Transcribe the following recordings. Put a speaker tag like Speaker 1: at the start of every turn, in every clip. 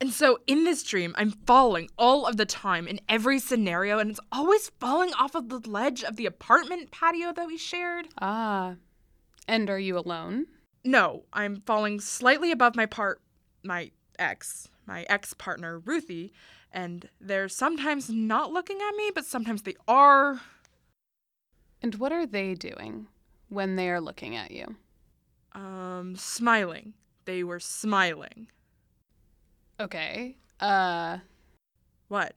Speaker 1: And so in this dream, I'm falling all of the time in every scenario, and it's always falling off of the ledge of the apartment patio that we shared.
Speaker 2: Ah. And are you alone?
Speaker 1: No, I'm falling slightly above my part, my ex, my ex partner, Ruthie, and they're sometimes not looking at me, but sometimes they are.
Speaker 2: And what are they doing when they are looking at you?
Speaker 1: Um, smiling. They were smiling.
Speaker 2: Okay. Uh
Speaker 1: What?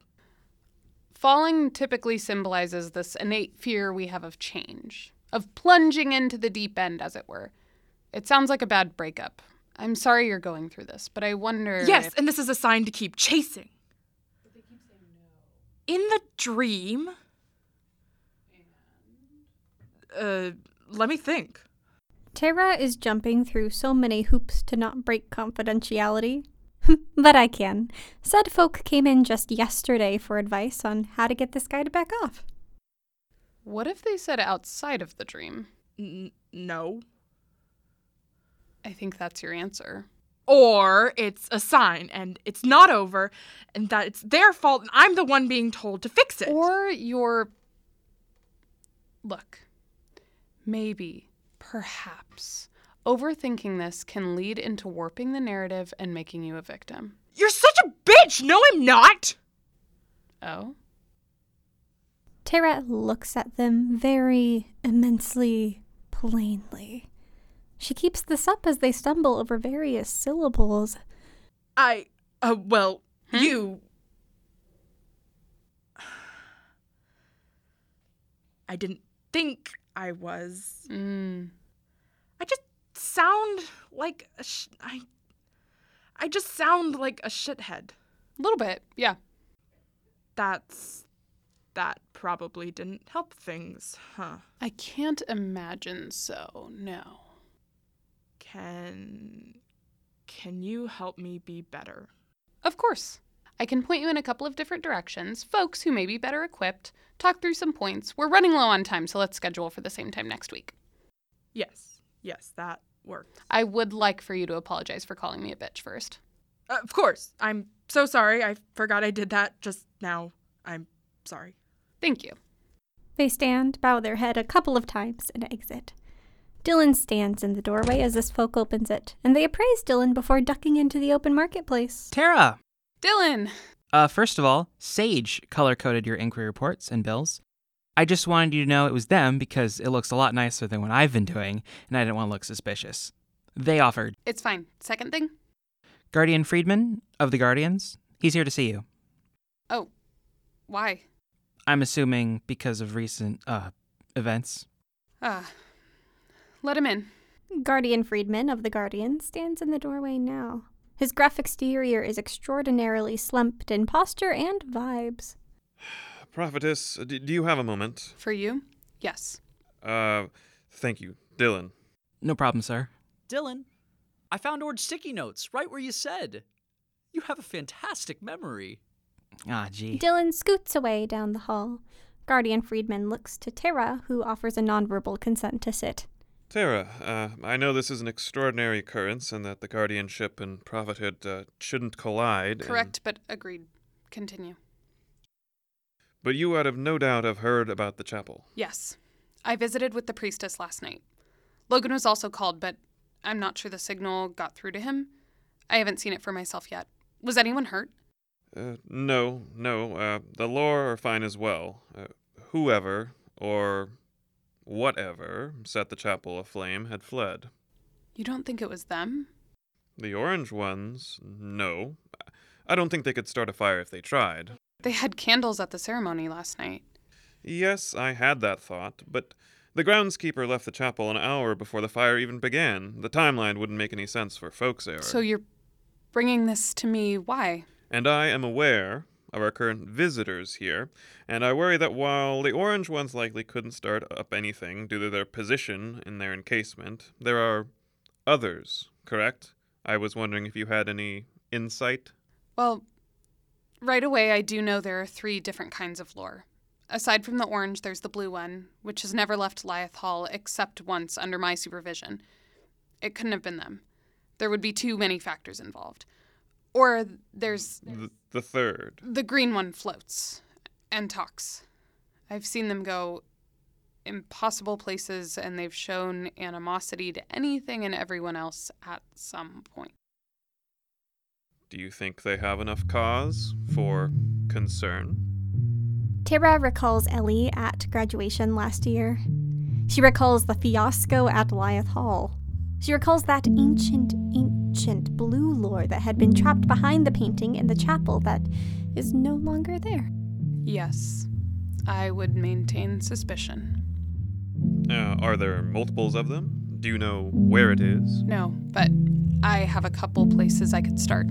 Speaker 2: falling typically symbolizes this innate fear we have of change, of plunging into the deep end as it were. It sounds like a bad breakup. I'm sorry you're going through this, but I wonder
Speaker 1: Yes,
Speaker 2: if-
Speaker 1: and this is a sign to keep chasing. In the dream. Uh, let me think.
Speaker 3: Tara is jumping through so many hoops to not break confidentiality. but I can. Said folk came in just yesterday for advice on how to get this guy to back off.
Speaker 2: what if they said outside of the dream?
Speaker 1: N- no.
Speaker 2: I think that's your answer.
Speaker 1: Or it's a sign and it's not over and that it's their fault and I'm the one being told to fix it.
Speaker 2: Or your look, maybe, perhaps, overthinking this can lead into warping the narrative and making you a victim.
Speaker 1: You're such a bitch! No, I'm not!
Speaker 2: Oh,
Speaker 3: Tara looks at them very immensely plainly. She keeps this up as they stumble over various syllables.
Speaker 1: I. Uh, well,
Speaker 2: Hmm?
Speaker 1: you. I didn't think I was.
Speaker 2: mm.
Speaker 1: I just sound like a sh- I. I just sound like a shithead.
Speaker 2: a little bit, yeah.
Speaker 1: That's. That probably didn't help things, huh?
Speaker 2: I can't imagine so. No.
Speaker 1: Can. Can you help me be better?
Speaker 2: Of course. I can point you in a couple of different directions. Folks who may be better equipped, talk through some points. We're running low on time, so let's schedule for the same time next week.
Speaker 1: Yes, yes, that worked.
Speaker 2: I would like for you to apologize for calling me a bitch first.
Speaker 1: Uh, of course, I'm so sorry. I forgot I did that just now. I'm sorry.
Speaker 2: Thank you.
Speaker 3: They stand, bow their head a couple of times, and exit. Dylan stands in the doorway as this folk opens it, and they appraise Dylan before ducking into the open marketplace.
Speaker 4: Tara!
Speaker 2: Dylan!
Speaker 4: Uh, first of all, Sage color coded your inquiry reports and bills. I just wanted you to know it was them because it looks a lot nicer than what I've been doing, and I didn't want to look suspicious. They offered
Speaker 2: It's fine. Second thing?
Speaker 4: Guardian Friedman of the Guardians. He's here to see you.
Speaker 2: Oh, why?
Speaker 4: I'm assuming because of recent, uh, events.
Speaker 2: Ah. Let him in.
Speaker 3: Guardian Freedman of the Guardian stands in the doorway now. His gruff exterior is extraordinarily slumped in posture and vibes.
Speaker 5: Prophetess, uh, d- do you have a moment?
Speaker 2: For you? Yes.
Speaker 5: Uh, thank you. Dylan.
Speaker 4: No problem, sir.
Speaker 6: Dylan, I found orange sticky notes right where you said. You have a fantastic memory.
Speaker 4: Ah, gee.
Speaker 3: Dylan scoots away down the hall. Guardian Freedman looks to Tara, who offers a nonverbal consent to sit.
Speaker 5: Tara, uh, I know this is an extraordinary occurrence and that the guardianship and prophethood uh, shouldn't collide. and-
Speaker 2: Correct, but agreed. Continue.
Speaker 5: but you out of no doubt have heard about the chapel.
Speaker 2: Yes. I visited with the priestess last night. Logan was also called, but I'm not sure the signal got through to him. I haven't seen it for myself yet. Was anyone hurt?
Speaker 5: Uh, no, no. Uh, the lore are fine as well. Uh, whoever, or whatever, set the chapel aflame had fled.
Speaker 2: You don't think it was them?
Speaker 5: The orange ones, no. I don't think they could start a fire if they tried.
Speaker 2: They had candles at the ceremony last night.
Speaker 5: Yes, I had that thought, but the groundskeeper left the chapel an hour before the fire even began. The timeline wouldn't make any sense for folks error.
Speaker 2: So you're bringing this to me. Why?
Speaker 5: And I am aware of our current visitors here, and I worry that while the orange ones likely couldn't start up anything due to their position in their encasement, there are others, correct? I was wondering if you had any insight.
Speaker 2: Well, right away, I do know there are three different kinds of lore. Aside from the orange, there's the blue one, which has never left Lyeth Hall except once under my supervision. It couldn't have been them. There would be too many factors involved. Or there's
Speaker 5: Th- the third.
Speaker 2: the green one floats and talks. I've seen them go impossible places, and they've shown animosity to anything and everyone else at some point.
Speaker 5: Do you think they have enough cause for concern?
Speaker 3: Tara recalls Ellie at graduation last year. She recalls the fiasco at Lyeth Hall. She recalls that ancient, ancient blue lore that had been trapped behind the painting in the chapel that is no longer there.
Speaker 2: Yes, I would maintain suspicion.
Speaker 5: Uh, are there multiples of them? Do you know where it is?
Speaker 2: No, but I have a couple places I could start.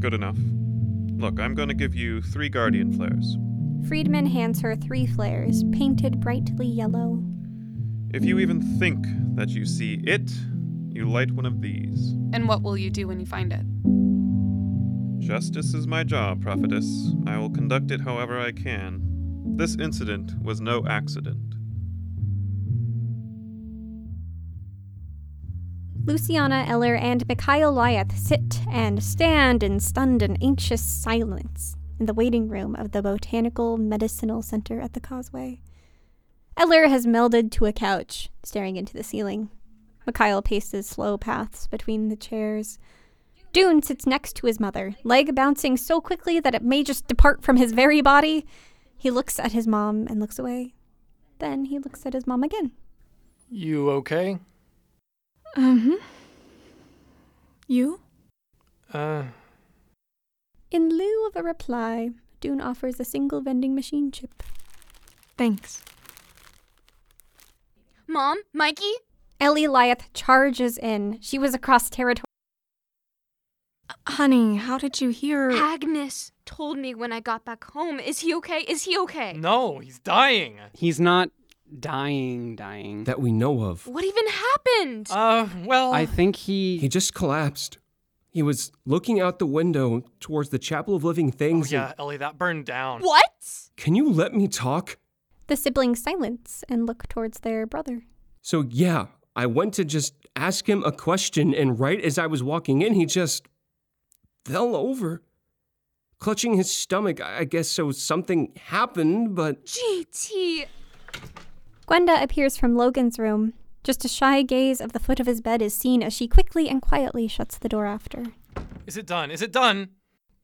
Speaker 5: Good enough. Look, I'm going to give you three guardian flares.
Speaker 3: Friedman hands her three flares, painted brightly yellow.
Speaker 5: If you even think that you see it, you light one of these.
Speaker 2: And what will you do when you find it?
Speaker 5: Justice is my job, prophetess. I will conduct it however I can. This incident was no accident.
Speaker 3: Luciana Eller and Mikhail Lyeth sit and stand in stunned and anxious silence in the waiting room of the Botanical Medicinal Center at the Causeway. Eller has melded to a couch, staring into the ceiling. Mikhail paces slow paths between the chairs. Dune sits next to his mother, leg bouncing so quickly that it may just depart from his very body. He looks at his mom and looks away. Then he looks at his mom again.
Speaker 7: You okay?
Speaker 1: Mm-hmm. You?
Speaker 7: Uh,
Speaker 3: In lieu of a reply, Dune offers a single vending machine chip.
Speaker 1: Thanks.
Speaker 8: Mom, Mikey,
Speaker 3: Ellie Lyeth charges in. She was across territory.
Speaker 1: Honey, how did you hear?
Speaker 8: Agnes told me when I got back home. Is he okay? Is he okay?
Speaker 7: no, he's dying.
Speaker 9: He's not dying, dying.
Speaker 10: that we know of.
Speaker 8: What even happened?
Speaker 7: Uh, well,
Speaker 9: I think he.
Speaker 10: He just collapsed. He was looking out the window towards the Chapel of Living
Speaker 7: oh,
Speaker 10: Things. and-
Speaker 7: yeah, Ellie, that burned down.
Speaker 8: what?
Speaker 10: Can you let me talk?
Speaker 3: The siblings silence and look towards their brother.
Speaker 10: So, yeah, I went to just ask him a question, and right as I was walking in, he just fell over, clutching his stomach. I I guess so something happened, but
Speaker 8: GT.
Speaker 3: Gwenda appears from Logan's room. Just a shy gaze of the foot of his bed is seen as she quickly and quietly shuts the door after.
Speaker 7: Is it done? Is it done?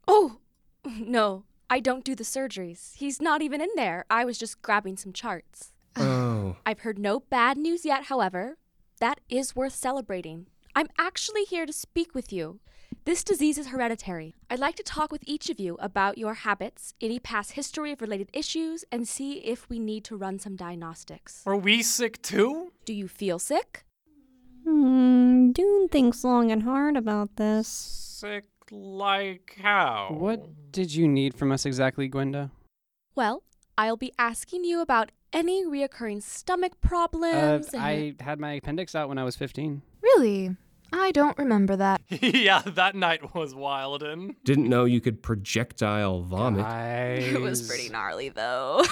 Speaker 8: Oh, no. I don't do the surgeries. He's not even in there. I was just grabbing some charts.
Speaker 10: oh.
Speaker 8: I've heard no bad news yet, however. That is worth celebrating. I'm actually here to speak with you. This disease is hereditary. I'd like to talk with each of you about your habits, any past history of related issues, and see if we need to run some diagnostics.
Speaker 7: Are we sick too?
Speaker 8: Do you feel sick?
Speaker 3: Hmm, Dune thinks long and hard about this.
Speaker 7: Sick like how?
Speaker 9: What did you need from us exactly, Gwenda?
Speaker 8: Well, I'll be asking you about any reoccurring stomach problems. and-
Speaker 9: Uh, I had my appendix out when I was 15.
Speaker 11: Really? I don't remember that.
Speaker 7: yeah, that night was wild and
Speaker 10: Didn't know you could projectile vomit.
Speaker 9: It was
Speaker 11: pretty gnarly, though.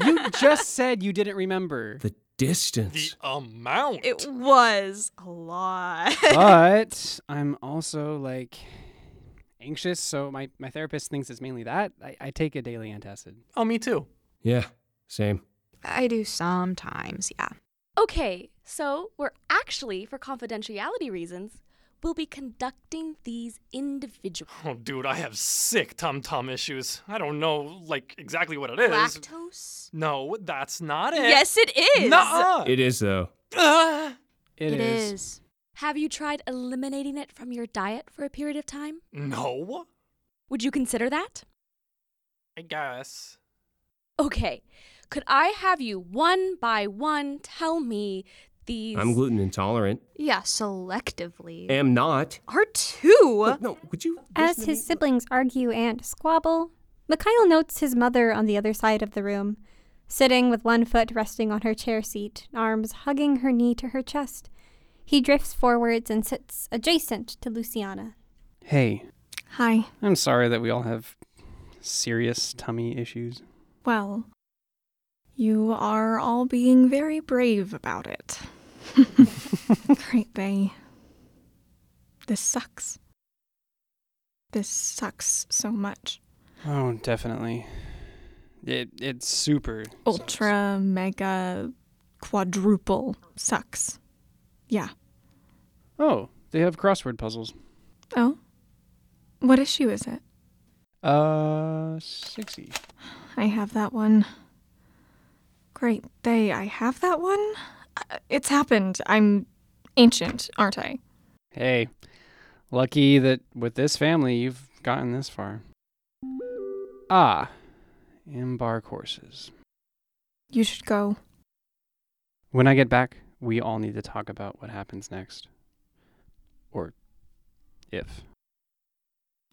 Speaker 9: you just said you didn't remember.
Speaker 10: The distance.
Speaker 7: um, amount.
Speaker 11: It was a lot.
Speaker 9: but I'm also like anxious, so my, my therapist thinks it's mainly that. I, I take a daily antacid.
Speaker 7: Oh, me too.
Speaker 10: Yeah, same.
Speaker 11: I do sometimes, yeah.
Speaker 8: Okay, so we're actually, for confidentiality reasons, we'll be conducting these individually.
Speaker 7: Oh, dude, I have sick tum tum issues. I don't know, like, exactly what it is.
Speaker 11: Lactose?
Speaker 7: No, that's not it.
Speaker 11: Yes, it is.
Speaker 7: Nuh-uh.
Speaker 10: It is though.
Speaker 11: It is.
Speaker 8: Have you tried eliminating it from your diet for a period of time?
Speaker 7: No,
Speaker 8: Would you consider that?
Speaker 7: I guess.
Speaker 8: Okay, could I have you one by one tell me these?
Speaker 10: I'm gluten intolerant.
Speaker 11: Yeah, selectively.
Speaker 10: Am not.
Speaker 11: R2?
Speaker 10: No, would you?
Speaker 3: As his siblings argue and squabble, Mikhail notes his mother on the other side of the room, sitting with one foot resting on her chair seat, arms hugging her knee to her chest. He drifts forwards and sits adjacent to Luciana.
Speaker 9: Hey,
Speaker 11: Hi.
Speaker 9: I'm sorry that we all have serious tummy issues.
Speaker 11: Well, you are all being very brave about it. Great day. This sucks. This sucks so much.
Speaker 9: Oh, definitely. It it's super.
Speaker 11: Oh. Ultra, mega, quadruple sucks. Yeah.
Speaker 9: Oh, they have crossword puzzles.
Speaker 11: Oh? What issue is it?
Speaker 9: Uh, 60.
Speaker 11: I have that one. Great day, I have that one? Uh, It's happened. I'm ancient, aren't I?
Speaker 9: Hey, lucky that with this family you've gotten this far. Ah, embark horses.
Speaker 11: You should go.
Speaker 9: When I get back, we all need to talk about what happens next. Or if.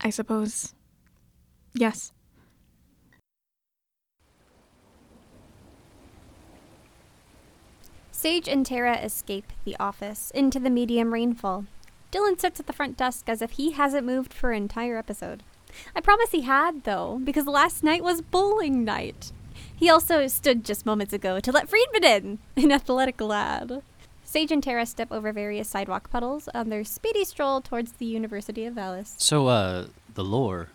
Speaker 11: I suppose. Yes.
Speaker 3: Sage and Tara escape the office into the medium rainfall. Dylan sits at the front desk as if he hasn't moved for an entire episode. I promise he had, though, because last night was bowling night. He also stood just moments ago to let Friedman in, an athletic lad. Sage and Tara step over various sidewalk puddles on their speedy stroll towards the University of Vallis.
Speaker 12: So, uh, the lore.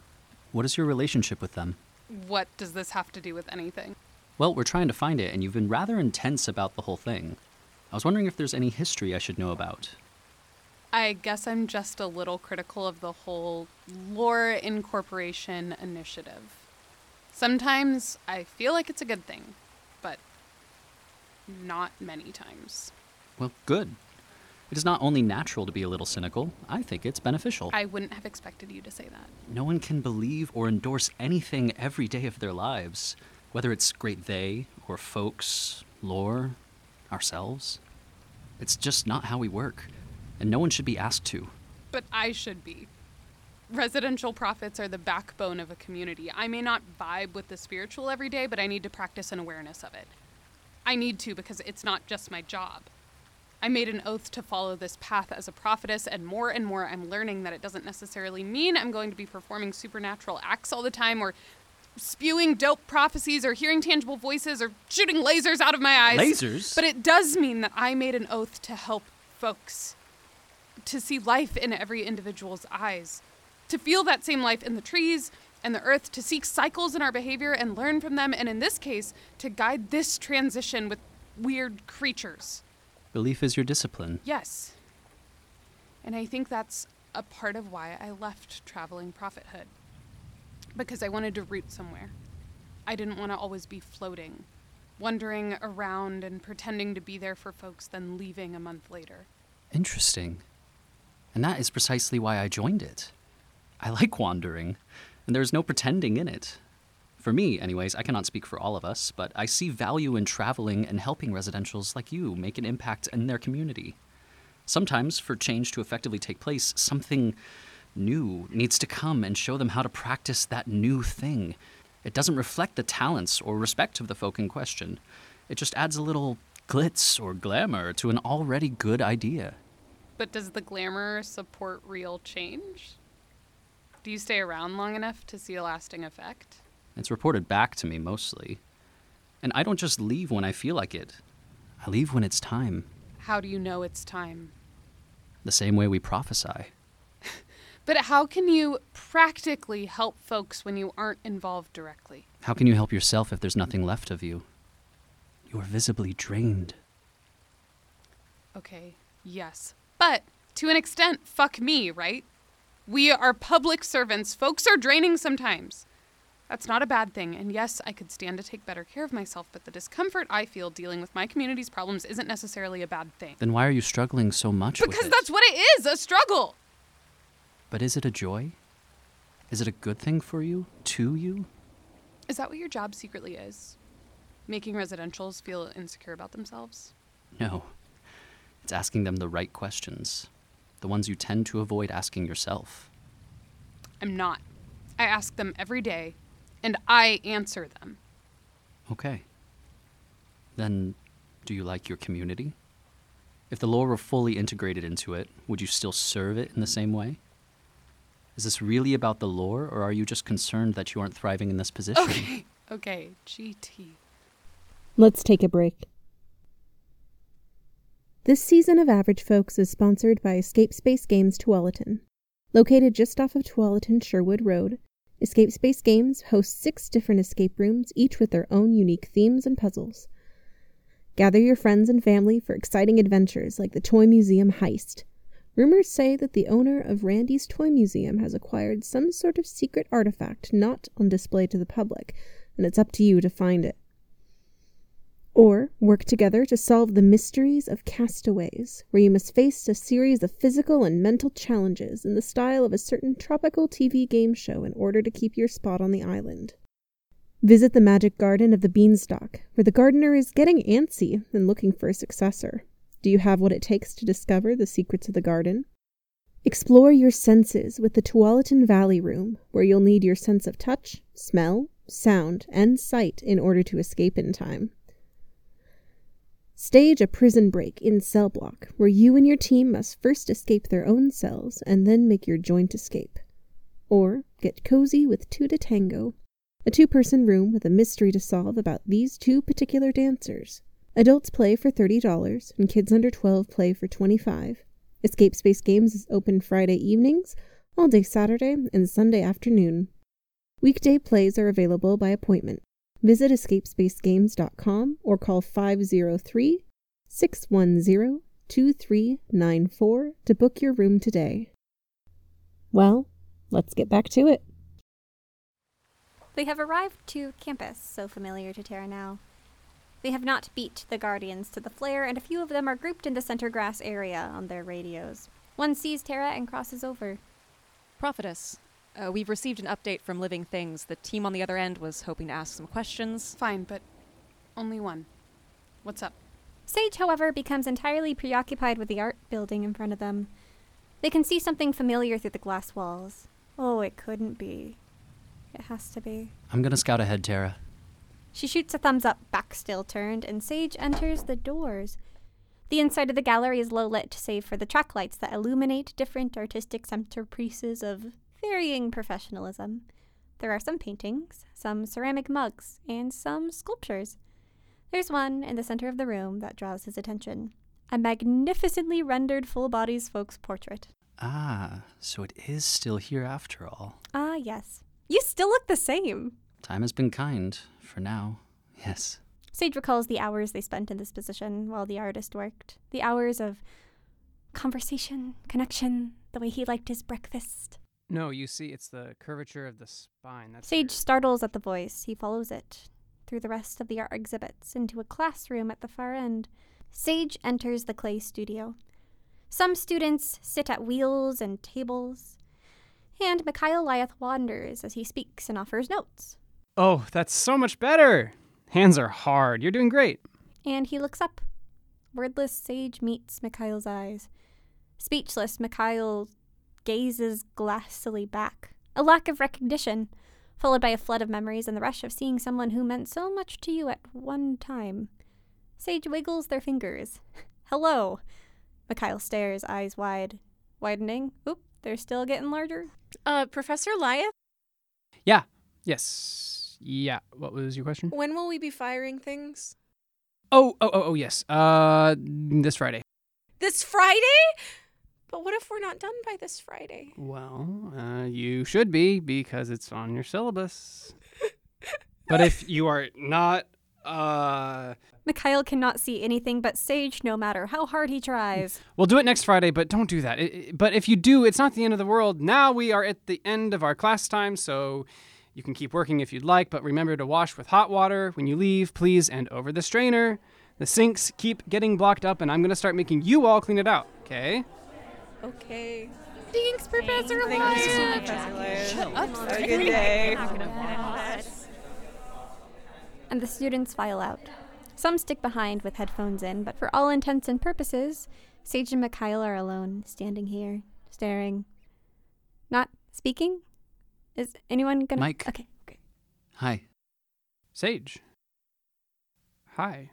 Speaker 12: What is your relationship with them?
Speaker 2: What does this have to do with anything?
Speaker 12: Well, we're trying to find it, and you've been rather intense about the whole thing. I was wondering if there's any history I should know about.
Speaker 2: I guess I'm just a little critical of the whole lore incorporation initiative. Sometimes I feel like it's a good thing, but not many times.
Speaker 12: Well, good. It is not only natural to be a little cynical, I think it's beneficial.
Speaker 2: I wouldn't have expected you to say that.
Speaker 12: No one can believe or endorse anything every day of their lives, whether it's great they or folks, lore, ourselves. It's just not how we work, and no one should be asked to.
Speaker 2: But I should be. Residential profits are the backbone of a community. I may not vibe with the spiritual every day, but I need to practice an awareness of it. I need to because it's not just my job. I made an oath to follow this path as a prophetess, and more and more I'm learning that it doesn't necessarily mean I'm going to be performing supernatural acts all the time or spewing dope prophecies or hearing tangible voices or shooting lasers out of my eyes.
Speaker 12: Lasers?
Speaker 2: But it does mean that I made an oath to help folks to see life in every individual's eyes, to feel that same life in the trees and the earth, to seek cycles in our behavior and learn from them, and in this case, to guide this transition with weird creatures.
Speaker 12: Belief is your discipline.
Speaker 2: Yes. And I think that's a part of why I left traveling prophethood. Because I wanted to root somewhere. I didn't want to always be floating, wandering around and pretending to be there for folks, then leaving a month later.
Speaker 12: Interesting. And that is precisely why I joined it. I like wandering, and there's no pretending in it. For me, anyways, I cannot speak for all of us, but I see value in traveling and helping residentials like you make an impact in their community. Sometimes, for change to effectively take place, something new needs to come and show them how to practice that new thing. It doesn't reflect the talents or respect of the folk in question, it just adds a little glitz or glamour to an already good idea.
Speaker 2: But does the glamour support real change? Do you stay around long enough to see a lasting effect?
Speaker 12: It's reported back to me mostly. And I don't just leave when I feel like it, I leave when it's time,
Speaker 2: How do you know it's time?
Speaker 12: the same way we prophesy.
Speaker 2: But how can you practically help folks when you aren't involved directly?
Speaker 12: How can you help yourself if there's nothing left of you? You are visibly drained.
Speaker 2: Okay, yes. But to an extent, fuck me, right? We are public servants. Folks are draining sometimes. That's not a bad thing. And yes, I could stand to take better care of myself, but the discomfort I feel dealing with my community's problems isn't necessarily a bad thing.
Speaker 12: Then why are you struggling so much with
Speaker 2: Because
Speaker 12: it?
Speaker 2: that's what it is a struggle.
Speaker 12: But is it a joy? Is it a good thing for you? To you?
Speaker 2: Is that what your job secretly is? Making residentials feel insecure about themselves?
Speaker 12: No. It's asking them the right questions, the ones you tend to avoid asking yourself.
Speaker 2: I'm not. I ask them every day, and I answer them.
Speaker 12: Okay. Then, do you like your community? If the lore were fully integrated into it, would you still serve it in the same way? Is this really about the lore, or are you just concerned that you aren't thriving in this position?
Speaker 2: Okay, okay, GT.
Speaker 13: Let's take a break. This season of Average Folks is sponsored by Escape Space Games Tualatin. Located just off of Tualatin Sherwood Road, Escape Space Games hosts six different escape rooms, each with their own unique themes and puzzles. Gather your friends and family for exciting adventures like the Toy Museum heist. Rumors say that the owner of Randy's Toy Museum has acquired some sort of secret artifact not on display to the public, and it's up to you to find it. Or work together to solve the mysteries of castaways, where you must face a series of physical and mental challenges in the style of a certain tropical TV game show in order to keep your spot on the island. Visit the magic garden of the beanstalk, where the gardener is getting antsy and looking for a successor. Do you have what it takes to discover the secrets of the garden? Explore your senses with the Tualatin Valley Room, where you'll need your sense of touch, smell, sound, and sight in order to escape in time. Stage a prison break in cell block, where you and your team must first escape their own cells and then make your joint escape. Or get cozy with Two to Tango, a two person room with a mystery to solve about these two particular dancers. Adults play for $30 and kids under 12 play for 25 Escape Space Games is open Friday evenings, all day Saturday, and Sunday afternoon. Weekday plays are available by appointment. Visit escapespacegames.com or call 503 610 2394 to book your room today. Well, let's get back to it.
Speaker 3: They have arrived to campus, so familiar to Terra now. They have not beat the Guardians to the flare, and a few of them are grouped in the center grass area on their radios. One sees Terra and crosses over.
Speaker 14: Prophetess, uh, we've received an update from Living Things. The team on the other end was hoping to ask some questions.
Speaker 2: Fine, but only one. What's up?
Speaker 3: Sage, however, becomes entirely preoccupied with the art building in front of them. They can see something familiar through the glass walls. Oh, it couldn't be. It has to be.
Speaker 12: I'm gonna scout ahead, Tara.
Speaker 3: She shoots a thumbs up, back still turned, and Sage enters the doors. The inside of the gallery is low lit, save for the track lights that illuminate different artistic centerpieces of varying professionalism. There are some paintings, some ceramic mugs, and some sculptures. There's one in the center of the room that draws his attention a magnificently rendered full body folks portrait.
Speaker 12: Ah, so it is still here after all.
Speaker 3: Ah, yes. You still look the same.
Speaker 12: Time has been kind, for now. Yes.
Speaker 3: Sage recalls the hours they spent in this position while the artist worked. The hours of conversation, connection, the way he liked his breakfast.
Speaker 9: No, you see, it's the curvature of the spine. That's
Speaker 3: Sage startles at the voice. He follows it through the rest of the art exhibits into a classroom at the far end. Sage enters the clay studio. Some students sit at wheels and tables. and Mikhail Lyeth wanders as he speaks and offers notes.
Speaker 9: Oh, that's so much better. Hands are hard. You're doing great.
Speaker 3: And he looks up. Wordless Sage meets Mikhail's eyes. Speechless, Mikhail gazes glassily back. A lack of recognition, followed by a flood of memories and the rush of seeing someone who meant so much to you at one time. Sage wiggles their fingers. Hello. Mikhail stares, eyes wide, widening. Oop, they're still getting larger.
Speaker 15: Uh, Professor Lyeth,
Speaker 9: Yeah. Yes. Yeah. What was your question?
Speaker 15: when will we be firing things?
Speaker 9: Oh, oh, oh, oh, yes. Uh, this Friday.
Speaker 15: This Friday? But what if we're not done by this Friday?
Speaker 9: Well, uh, you should be because it's on your syllabus. but if you are not, uh,
Speaker 3: Mikhail cannot see anything but Sage no matter how hard he tries.
Speaker 9: we'll do it next Friday, but don't do that. I I- but if you do, it's not the end of the world. Now we are at the end of our class time, so you can keep working if you'd like, but remember to wash with hot water when you leave, please, and over the strainer. The sinks keep getting blocked up, and I'm going to start making you all clean it out, okay?
Speaker 15: Okay.
Speaker 16: Thanks, Professor
Speaker 15: Thanks,
Speaker 16: Lyon.
Speaker 15: Professor Lyon.
Speaker 16: Shut up.
Speaker 15: Have a
Speaker 16: Stephen.
Speaker 15: good day.
Speaker 3: and the students file out. Some stick behind with headphones in, but for all intents and purposes, Sage and Mikhail are alone, standing here, staring. Not speaking? Is anyone gonna
Speaker 12: Mike.
Speaker 3: Okay.
Speaker 12: Hi.
Speaker 9: Sage. Hi.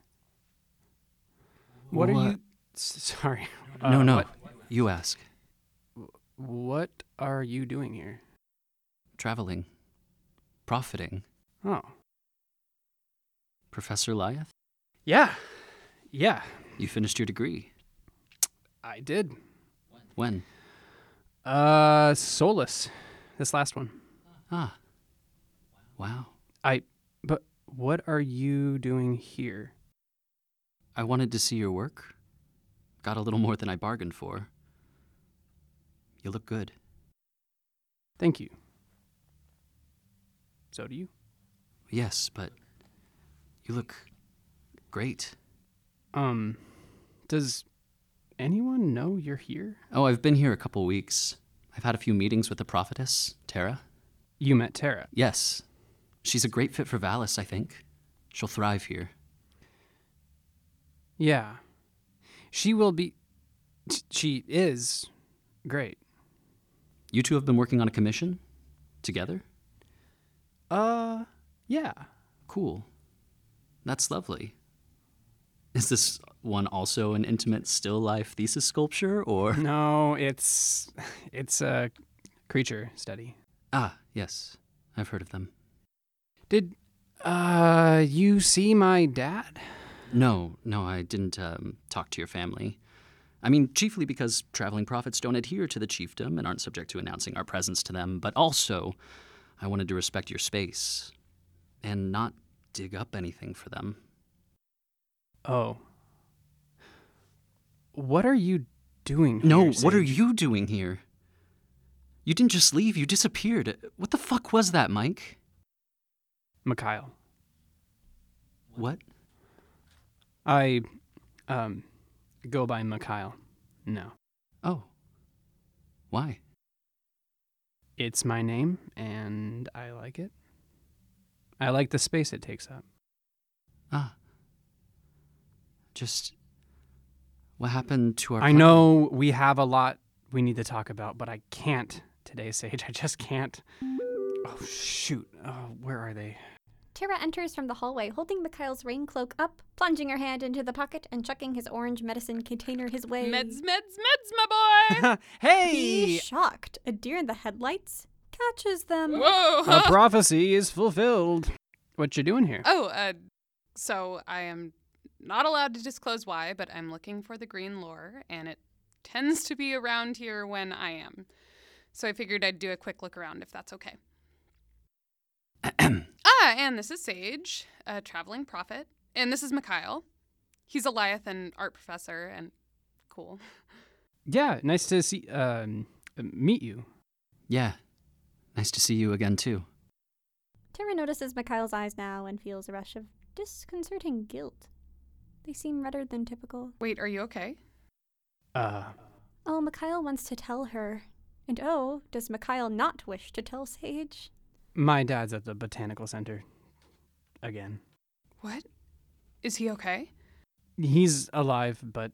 Speaker 9: What, are
Speaker 12: What?
Speaker 9: you. s- Sorry.
Speaker 12: no,
Speaker 9: Uh,
Speaker 12: no.
Speaker 9: What,
Speaker 12: You ask.
Speaker 9: what are you doing here?
Speaker 12: Traveling. Profiting.
Speaker 9: Oh.
Speaker 12: Professor Lyeth,
Speaker 9: Yeah. Yeah.
Speaker 12: you finished your degree.
Speaker 9: I did.
Speaker 12: When?
Speaker 9: Uh, Solus. This last one.
Speaker 12: Ah. Wow.
Speaker 9: I. But what are you doing here?
Speaker 12: I wanted to see your work. Got a little more than I bargained for. You look good.
Speaker 9: Thank you. So do you.
Speaker 12: Yes, but you look great.
Speaker 9: Um, does anyone know you're here?
Speaker 12: Oh, I've been here a couple weeks. I've had a few meetings with the prophetess, Tara.
Speaker 9: You met Tara.
Speaker 12: Yes. She's a great fit for Valis, I think. She'll thrive here.
Speaker 9: Yeah. She will be. t- She is great.
Speaker 12: You two have been working on a commission? Together?
Speaker 9: Uh, yeah.
Speaker 12: Cool. That's lovely. Is this one also an intimate still life thesis sculpture, or?
Speaker 9: Mm. No, it's it's a creature study.
Speaker 12: Ah, yes. I've heard of them.
Speaker 9: Did uh you see my dad?
Speaker 12: No, no, I didn't um, talk to your family. I mean, chiefly because traveling prophets don't adhere to the chiefdom and aren't subject to announcing our presence to them, but also I wanted to respect your space and not dig up anything for them.
Speaker 9: Oh. What are you doing?
Speaker 12: no,
Speaker 9: here,
Speaker 12: what are
Speaker 9: Sage?
Speaker 12: you doing here? You didn't just leave, you disappeared. What the fuck was that, Mike?
Speaker 9: Mikhail?
Speaker 12: What?
Speaker 9: I um go by Mikhail. No.
Speaker 12: Oh. Why?
Speaker 9: It's my name and I like it. I like the space it takes up.
Speaker 12: Ah. Just. What happened to our.
Speaker 9: I
Speaker 12: plan?
Speaker 9: know we have a lot we need to talk about, but I can't today, Sage. I just can't. Oh shoot. Oh, where are they?
Speaker 3: Tara enters from the hallway, holding Mikhail's rain cloak up, plunging her hand into the pocket, and chucking his orange medicine container his way.
Speaker 16: Meds, meds, meds, my boy.
Speaker 3: He's shocked. A deer in the headlights catches them.
Speaker 16: Whoa.
Speaker 9: A prophecy is fulfilled. What you doing here?
Speaker 2: Oh, uh, so I am not allowed to disclose why, but I'm looking for the green lore, and it tends to be around here when I am. So I figured I'd do a quick look around if that's okay. ah, and this is Sage, a traveling prophet, and this is Mikhail. He's a Leviathan art professor and cool.
Speaker 9: Yeah, nice to see um meet you.
Speaker 12: Yeah. Nice to see you again, too.
Speaker 3: Tara notices Mikhail's eyes now and feels a rush of disconcerting guilt. They seem redder than typical.
Speaker 2: Wait, are you okay?
Speaker 9: Uh
Speaker 3: Oh, Mikhail wants to tell her. And oh, does Mikhail not wish to tell Sage?
Speaker 9: My dad's at the botanical center. Again.
Speaker 2: What? Is he okay?
Speaker 9: He's alive, but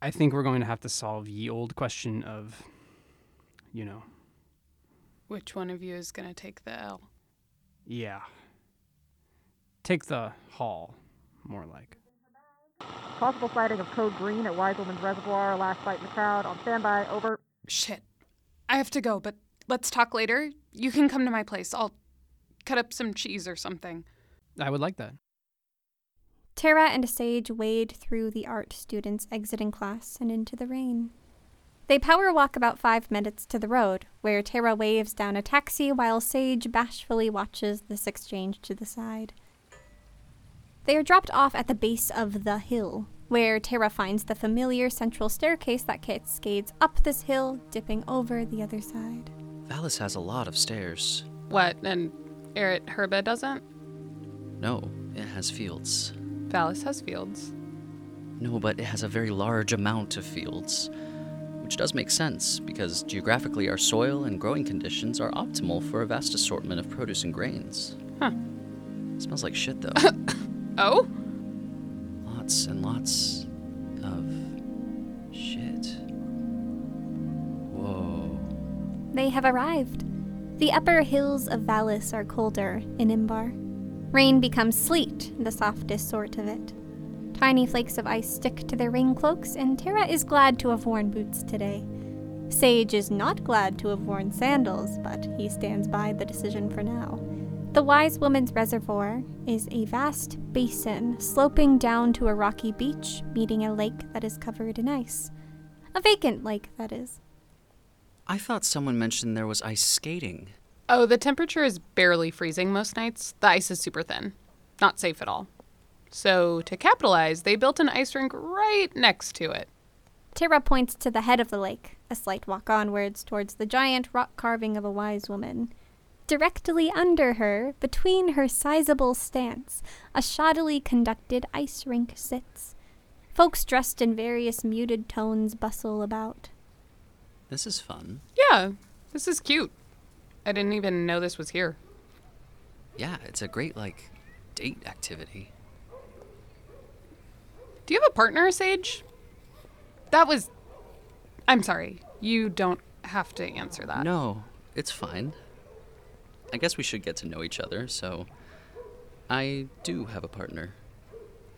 Speaker 9: I think we're going to have to solve ye old question of, you know,
Speaker 2: Which one of you is going to take the L?
Speaker 9: yeah. Take the hall, more like.
Speaker 17: Possible sighting of code green at Weiselman's Reservoir. Last sight in the crowd. On standby. Over.
Speaker 2: Shit. I have to go, but let's talk later. You can come to my place. I'll cut up some cheese or something.
Speaker 9: I would like that.
Speaker 3: Tara and Sage wade through the art students exiting class and into the rain. They power walk about five minutes to the road, where Tara waves down a taxi while Sage bashfully watches this exchange to the side. They are dropped off at the base of the hill, where Tara finds the familiar central staircase that cascades up this hill, dipping over the other side.
Speaker 12: Valis has a lot of stairs.
Speaker 2: What? And Eret Herba doesn't?
Speaker 12: No, it has fields.
Speaker 2: Valis has fields.
Speaker 12: No, but it has a very large amount of fields. Which does make sense, because geographically our soil and growing conditions are optimal for a vast assortment of produce and grains.
Speaker 2: Huh.
Speaker 12: smells like shit, though.
Speaker 2: Oh?
Speaker 12: lots and lots of shit. Whoa.
Speaker 3: They have arrived. The upper hills of Valis are colder in Imbar. Rain becomes sleet, the softest sort of it. Tiny flakes of ice stick to their rain cloaks, and Tara is glad to have worn boots today. Sage is not glad to have worn sandals, but he stands by the decision for now. The Wise Woman's Reservoir is a vast basin sloping down to a rocky beach, meeting a lake that is covered in ice. A vacant lake, that is.
Speaker 12: I thought someone mentioned there was ice skating.
Speaker 2: Oh, the temperature is barely freezing most nights. The ice is super thin. Not safe at all. So, to capitalize, they built an ice rink right next to it.
Speaker 3: Tara points to the head of the lake, a slight walk onwards towards the giant rock carving of a wise woman. Directly under her, between her sizable stance, a shoddily conducted ice rink sits. Folks dressed in various muted tones bustle about.
Speaker 12: This is fun.
Speaker 2: Yeah, this is cute. I didn't even know this was here.
Speaker 12: Yeah, it's a great, like, date activity.
Speaker 2: Do you have a partner, Sage? That was. I'm sorry. You don't have to answer that.
Speaker 12: No, it's fine. I guess we should get to know each other, so. I do have a partner.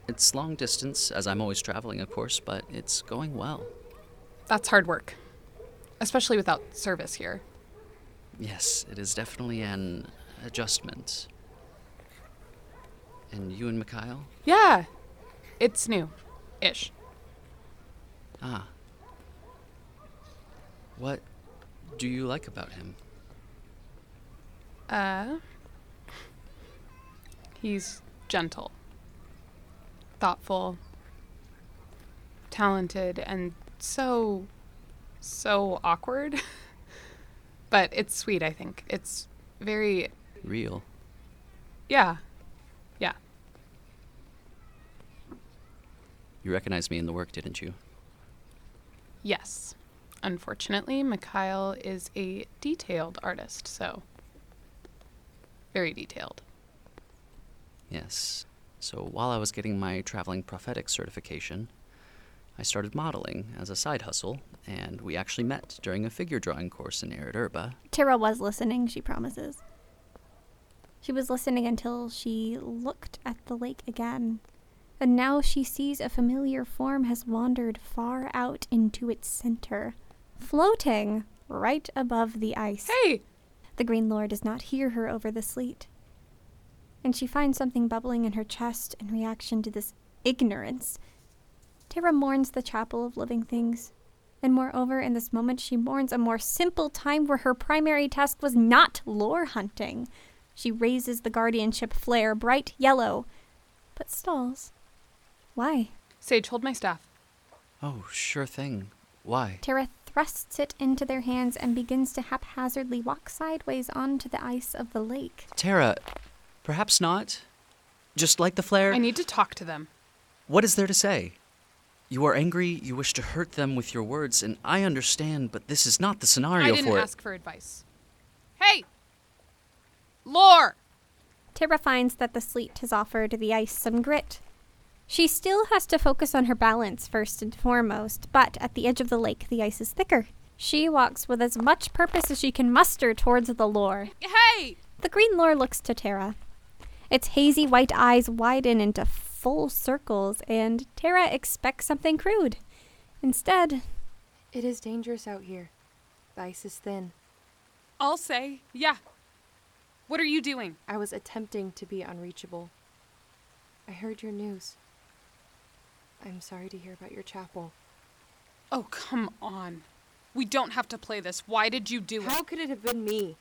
Speaker 12: It's long distance, as I'm always traveling, of course, but it's going well.
Speaker 2: That's hard work. Especially without service here.
Speaker 12: Yes, it is definitely an adjustment. And you and Mikhail?
Speaker 2: Yeah. It's new. Ish.
Speaker 12: Ah. What do you like about him?
Speaker 2: Uh. He's gentle, thoughtful, talented, and so, so awkward. but it's sweet, I think. It's very,
Speaker 12: Real.
Speaker 2: yeah. Yeah.
Speaker 12: You recognized me in the work, didn't you?
Speaker 2: Yes. Unfortunately, Mikhail is a detailed artist, so very detailed.
Speaker 12: Yes. So while I was getting my traveling prophetic certification, I started modeling as a side hustle, and we actually met during a figure drawing course in Eridurba.
Speaker 3: Tara was listening, she promises. She was listening until she looked at the lake again, and now she sees a familiar form has wandered far out into its center, floating right above the ice.
Speaker 2: Hey!
Speaker 3: The Green Lord does not hear her over the sleet. And she finds something bubbling in her chest in reaction to this ignorance. Tara mourns the chapel of living things, and moreover, in this moment, she mourns a more simple time where her primary task was not lore hunting. She raises the guardianship flare bright yellow, but stalls. Why?
Speaker 2: Sage, hold my staff.
Speaker 12: Oh, sure thing. Why?
Speaker 3: Tara thrusts it into their hands and begins to haphazardly walk sideways onto the ice of the lake.
Speaker 12: Tara, perhaps not. Just like the flare.
Speaker 2: I need to talk to them.
Speaker 12: What is there to say?
Speaker 18: You are angry, you wish to hurt them with your words, and I understand, but this is not the scenario
Speaker 2: I didn't
Speaker 18: for it.
Speaker 2: ask for advice. Hey! Lore!
Speaker 3: Tibra finds that the sleet has offered the ice some grit. She still has to focus on her balance first and foremost, but at the edge of the lake, the ice is thicker. She walks with as much purpose as she can muster towards the lore.
Speaker 2: Hey!
Speaker 3: The green lore looks to Tara. Its hazy white eyes widen into full circles, and Tara expects something crude. Instead,
Speaker 19: It is dangerous out here. The ice is thin.
Speaker 2: I'll say, yeah. What are you doing?
Speaker 19: I was attempting to be unreachable. I heard your news. I'm sorry to hear about your chapel.
Speaker 2: Oh, come on. We don't have to play this. Why did you do it? How
Speaker 19: could it have been me?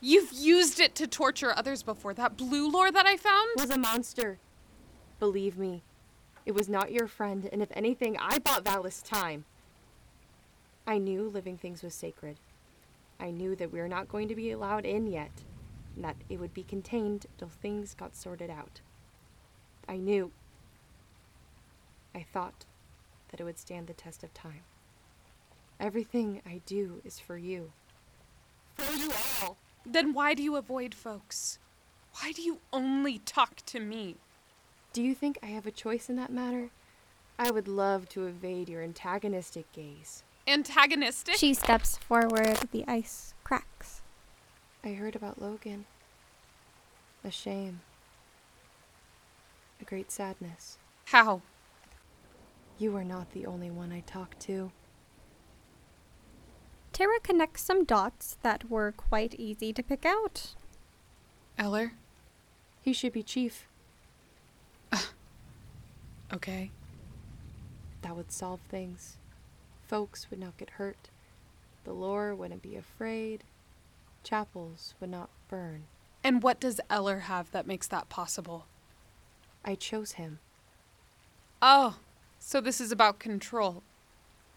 Speaker 2: You've used it to torture others before. That blue lore that I found
Speaker 19: was a monster. Believe me, it was not your friend, and if anything, I bought Valis time. I knew living things was sacred. I knew that we were not going to be allowed in yet, and that it would be contained till things got sorted out. I knew. I thought that it would stand the test of time. Everything I do is for you.
Speaker 2: For you all. Then why do you avoid folks? Why do you only talk to me?
Speaker 19: Do you think I have a choice in that matter? I would love to evade your antagonistic gaze.
Speaker 2: Antagonistic?
Speaker 3: she steps forward, the ice cracks.
Speaker 19: I heard about Logan. A shame. A great sadness.
Speaker 2: How?
Speaker 19: You are not the only one I talk to.
Speaker 3: Tara connects some dots that were quite easy to pick out.
Speaker 2: Eller?
Speaker 19: He should be chief.
Speaker 2: Okay.
Speaker 19: That would solve things. Folks would not get hurt. The lore wouldn't be afraid. Chapels would not burn.
Speaker 2: And what does Eller have that makes that possible?
Speaker 19: I chose him.
Speaker 2: Oh, so this is about control.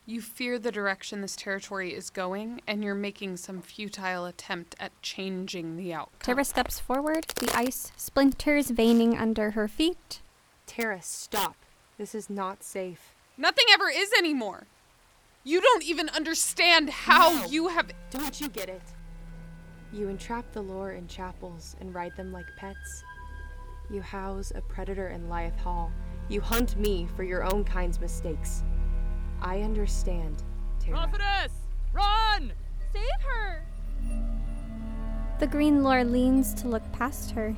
Speaker 2: You fear the direction this territory is going, and you're making some futile attempt at changing the outcome.
Speaker 3: Tara steps forward, the ice splinters veining under her feet.
Speaker 19: Tara, stop. This is not safe.
Speaker 2: Nothing ever is anymore. You don't even understand how
Speaker 19: No.
Speaker 2: you have.
Speaker 19: Don't you get it? You entrap the lore in chapels and ride them like pets. You house a predator in Lyeth Hall. You hunt me for your own kind's mistakes. I understand, Tara.
Speaker 16: Prophetess, run! Save her!
Speaker 3: The green lore leans to look past her.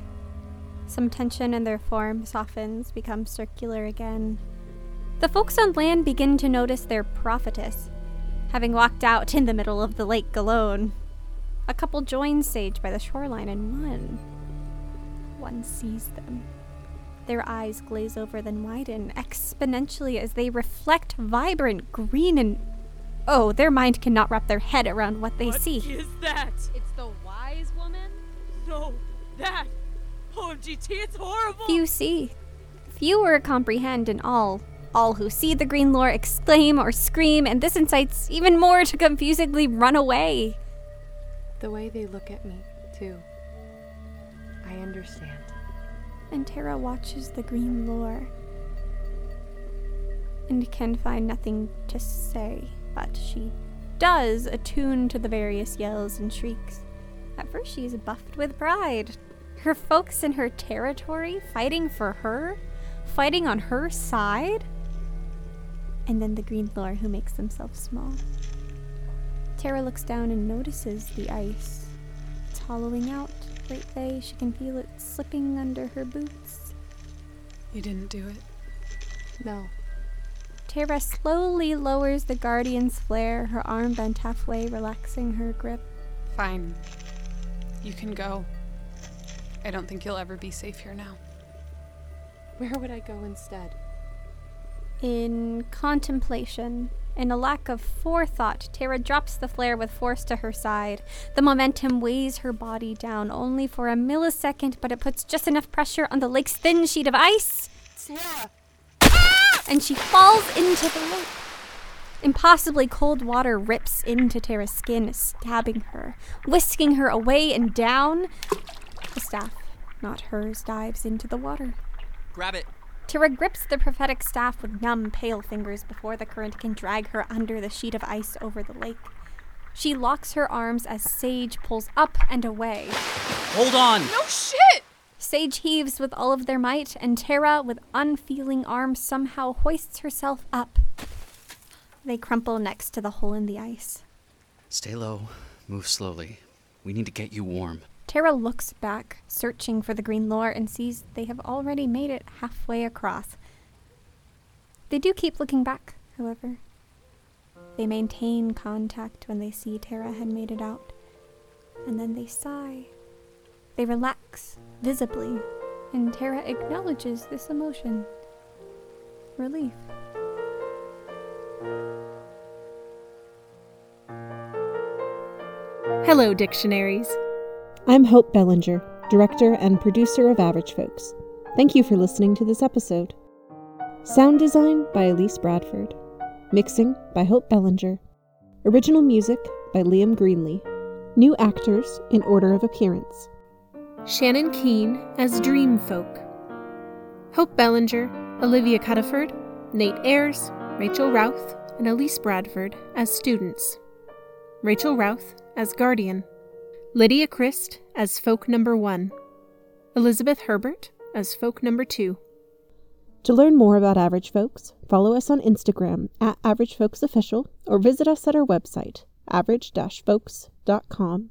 Speaker 3: Some tension in their form softens, becomes circular again. The folks on land begin to notice their prophetess, having walked out in the middle of the lake alone. A couple join Sage by the shoreline, and one. One sees them. Their eyes glaze over, then widen exponentially as they reflect vibrant green and. Oh, their mind cannot wrap their head around what they see.
Speaker 20: Is that? It's the wise woman? No, that. OMG, T, it's horrible.
Speaker 3: Few see. Fewer comprehend, and all, all who see the green lore exclaim or scream, and this incites even more to confusingly run away.
Speaker 19: The way they look at me, too. I understand.
Speaker 3: And Tara watches the green lore and can find nothing to say, but she does attune to the various yells and shrieks. At first, she is buffed with pride. Her folks in her territory fighting for her, fighting on her side. And then the green lore who makes themselves small. Tara looks down and notices the ice. It's hollowing out. Great Bay, she can feel it slipping under her boots.
Speaker 2: You didn't do it.
Speaker 19: No.
Speaker 3: Tara slowly lowers the guardian's flare, her arm bent halfway, relaxing her grip.
Speaker 2: Fine. You can go. I don't think you'll ever be safe here now.
Speaker 19: Where would I go instead?
Speaker 3: In contemplation, in a lack of forethought, Tara drops the flare with force to her side. The momentum weighs her body down only for a millisecond, but it puts just enough pressure on the lake's thin sheet of ice.
Speaker 19: Sarah!
Speaker 3: And she falls into the lake. Impossibly cold water rips into Tara's skin, stabbing her, whisking her away and down. The staff, not hers, dives into the water.
Speaker 6: Grab it.
Speaker 3: Tira grips the prophetic staff with numb, pale fingers before the current can drag her under the sheet of ice over the lake. She locks her arms as Sage pulls up and away.
Speaker 12: Hold on!
Speaker 3: No shit! Sage heaves with all of their might, and Tara, with unfeeling arms, somehow hoists herself up. They crumple next to the hole in the ice.
Speaker 18: Stay low, move slowly. We need to get you warm.
Speaker 3: Tara looks back, searching for the green lore, and sees they have already made it halfway across. They do keep looking back, however. They maintain contact when they see Tara had made it out, and then they sigh. They relax, visibly, and Tara acknowledges this emotion relief.
Speaker 13: Hello, dictionaries. I'm Hope Bellinger, director and producer of Average Folks. Thank you for listening to this episode. Sound design by Elise Bradford. Mixing by Hope Bellinger. Original music by Liam Greenlee. New actors in order of appearance. Shannon Keene as Dream Folk. Hope Bellinger, Olivia Cuddiford, Nate Ayers, Rachel Routh, and Elise Bradford as students. Rachel Routh as guardian. Lydia Christ as folk number one. Elizabeth Herbert as folk number two. To learn more about Average Folks, follow us on Instagram at Average Folks Official or visit us at our website, average-folks.com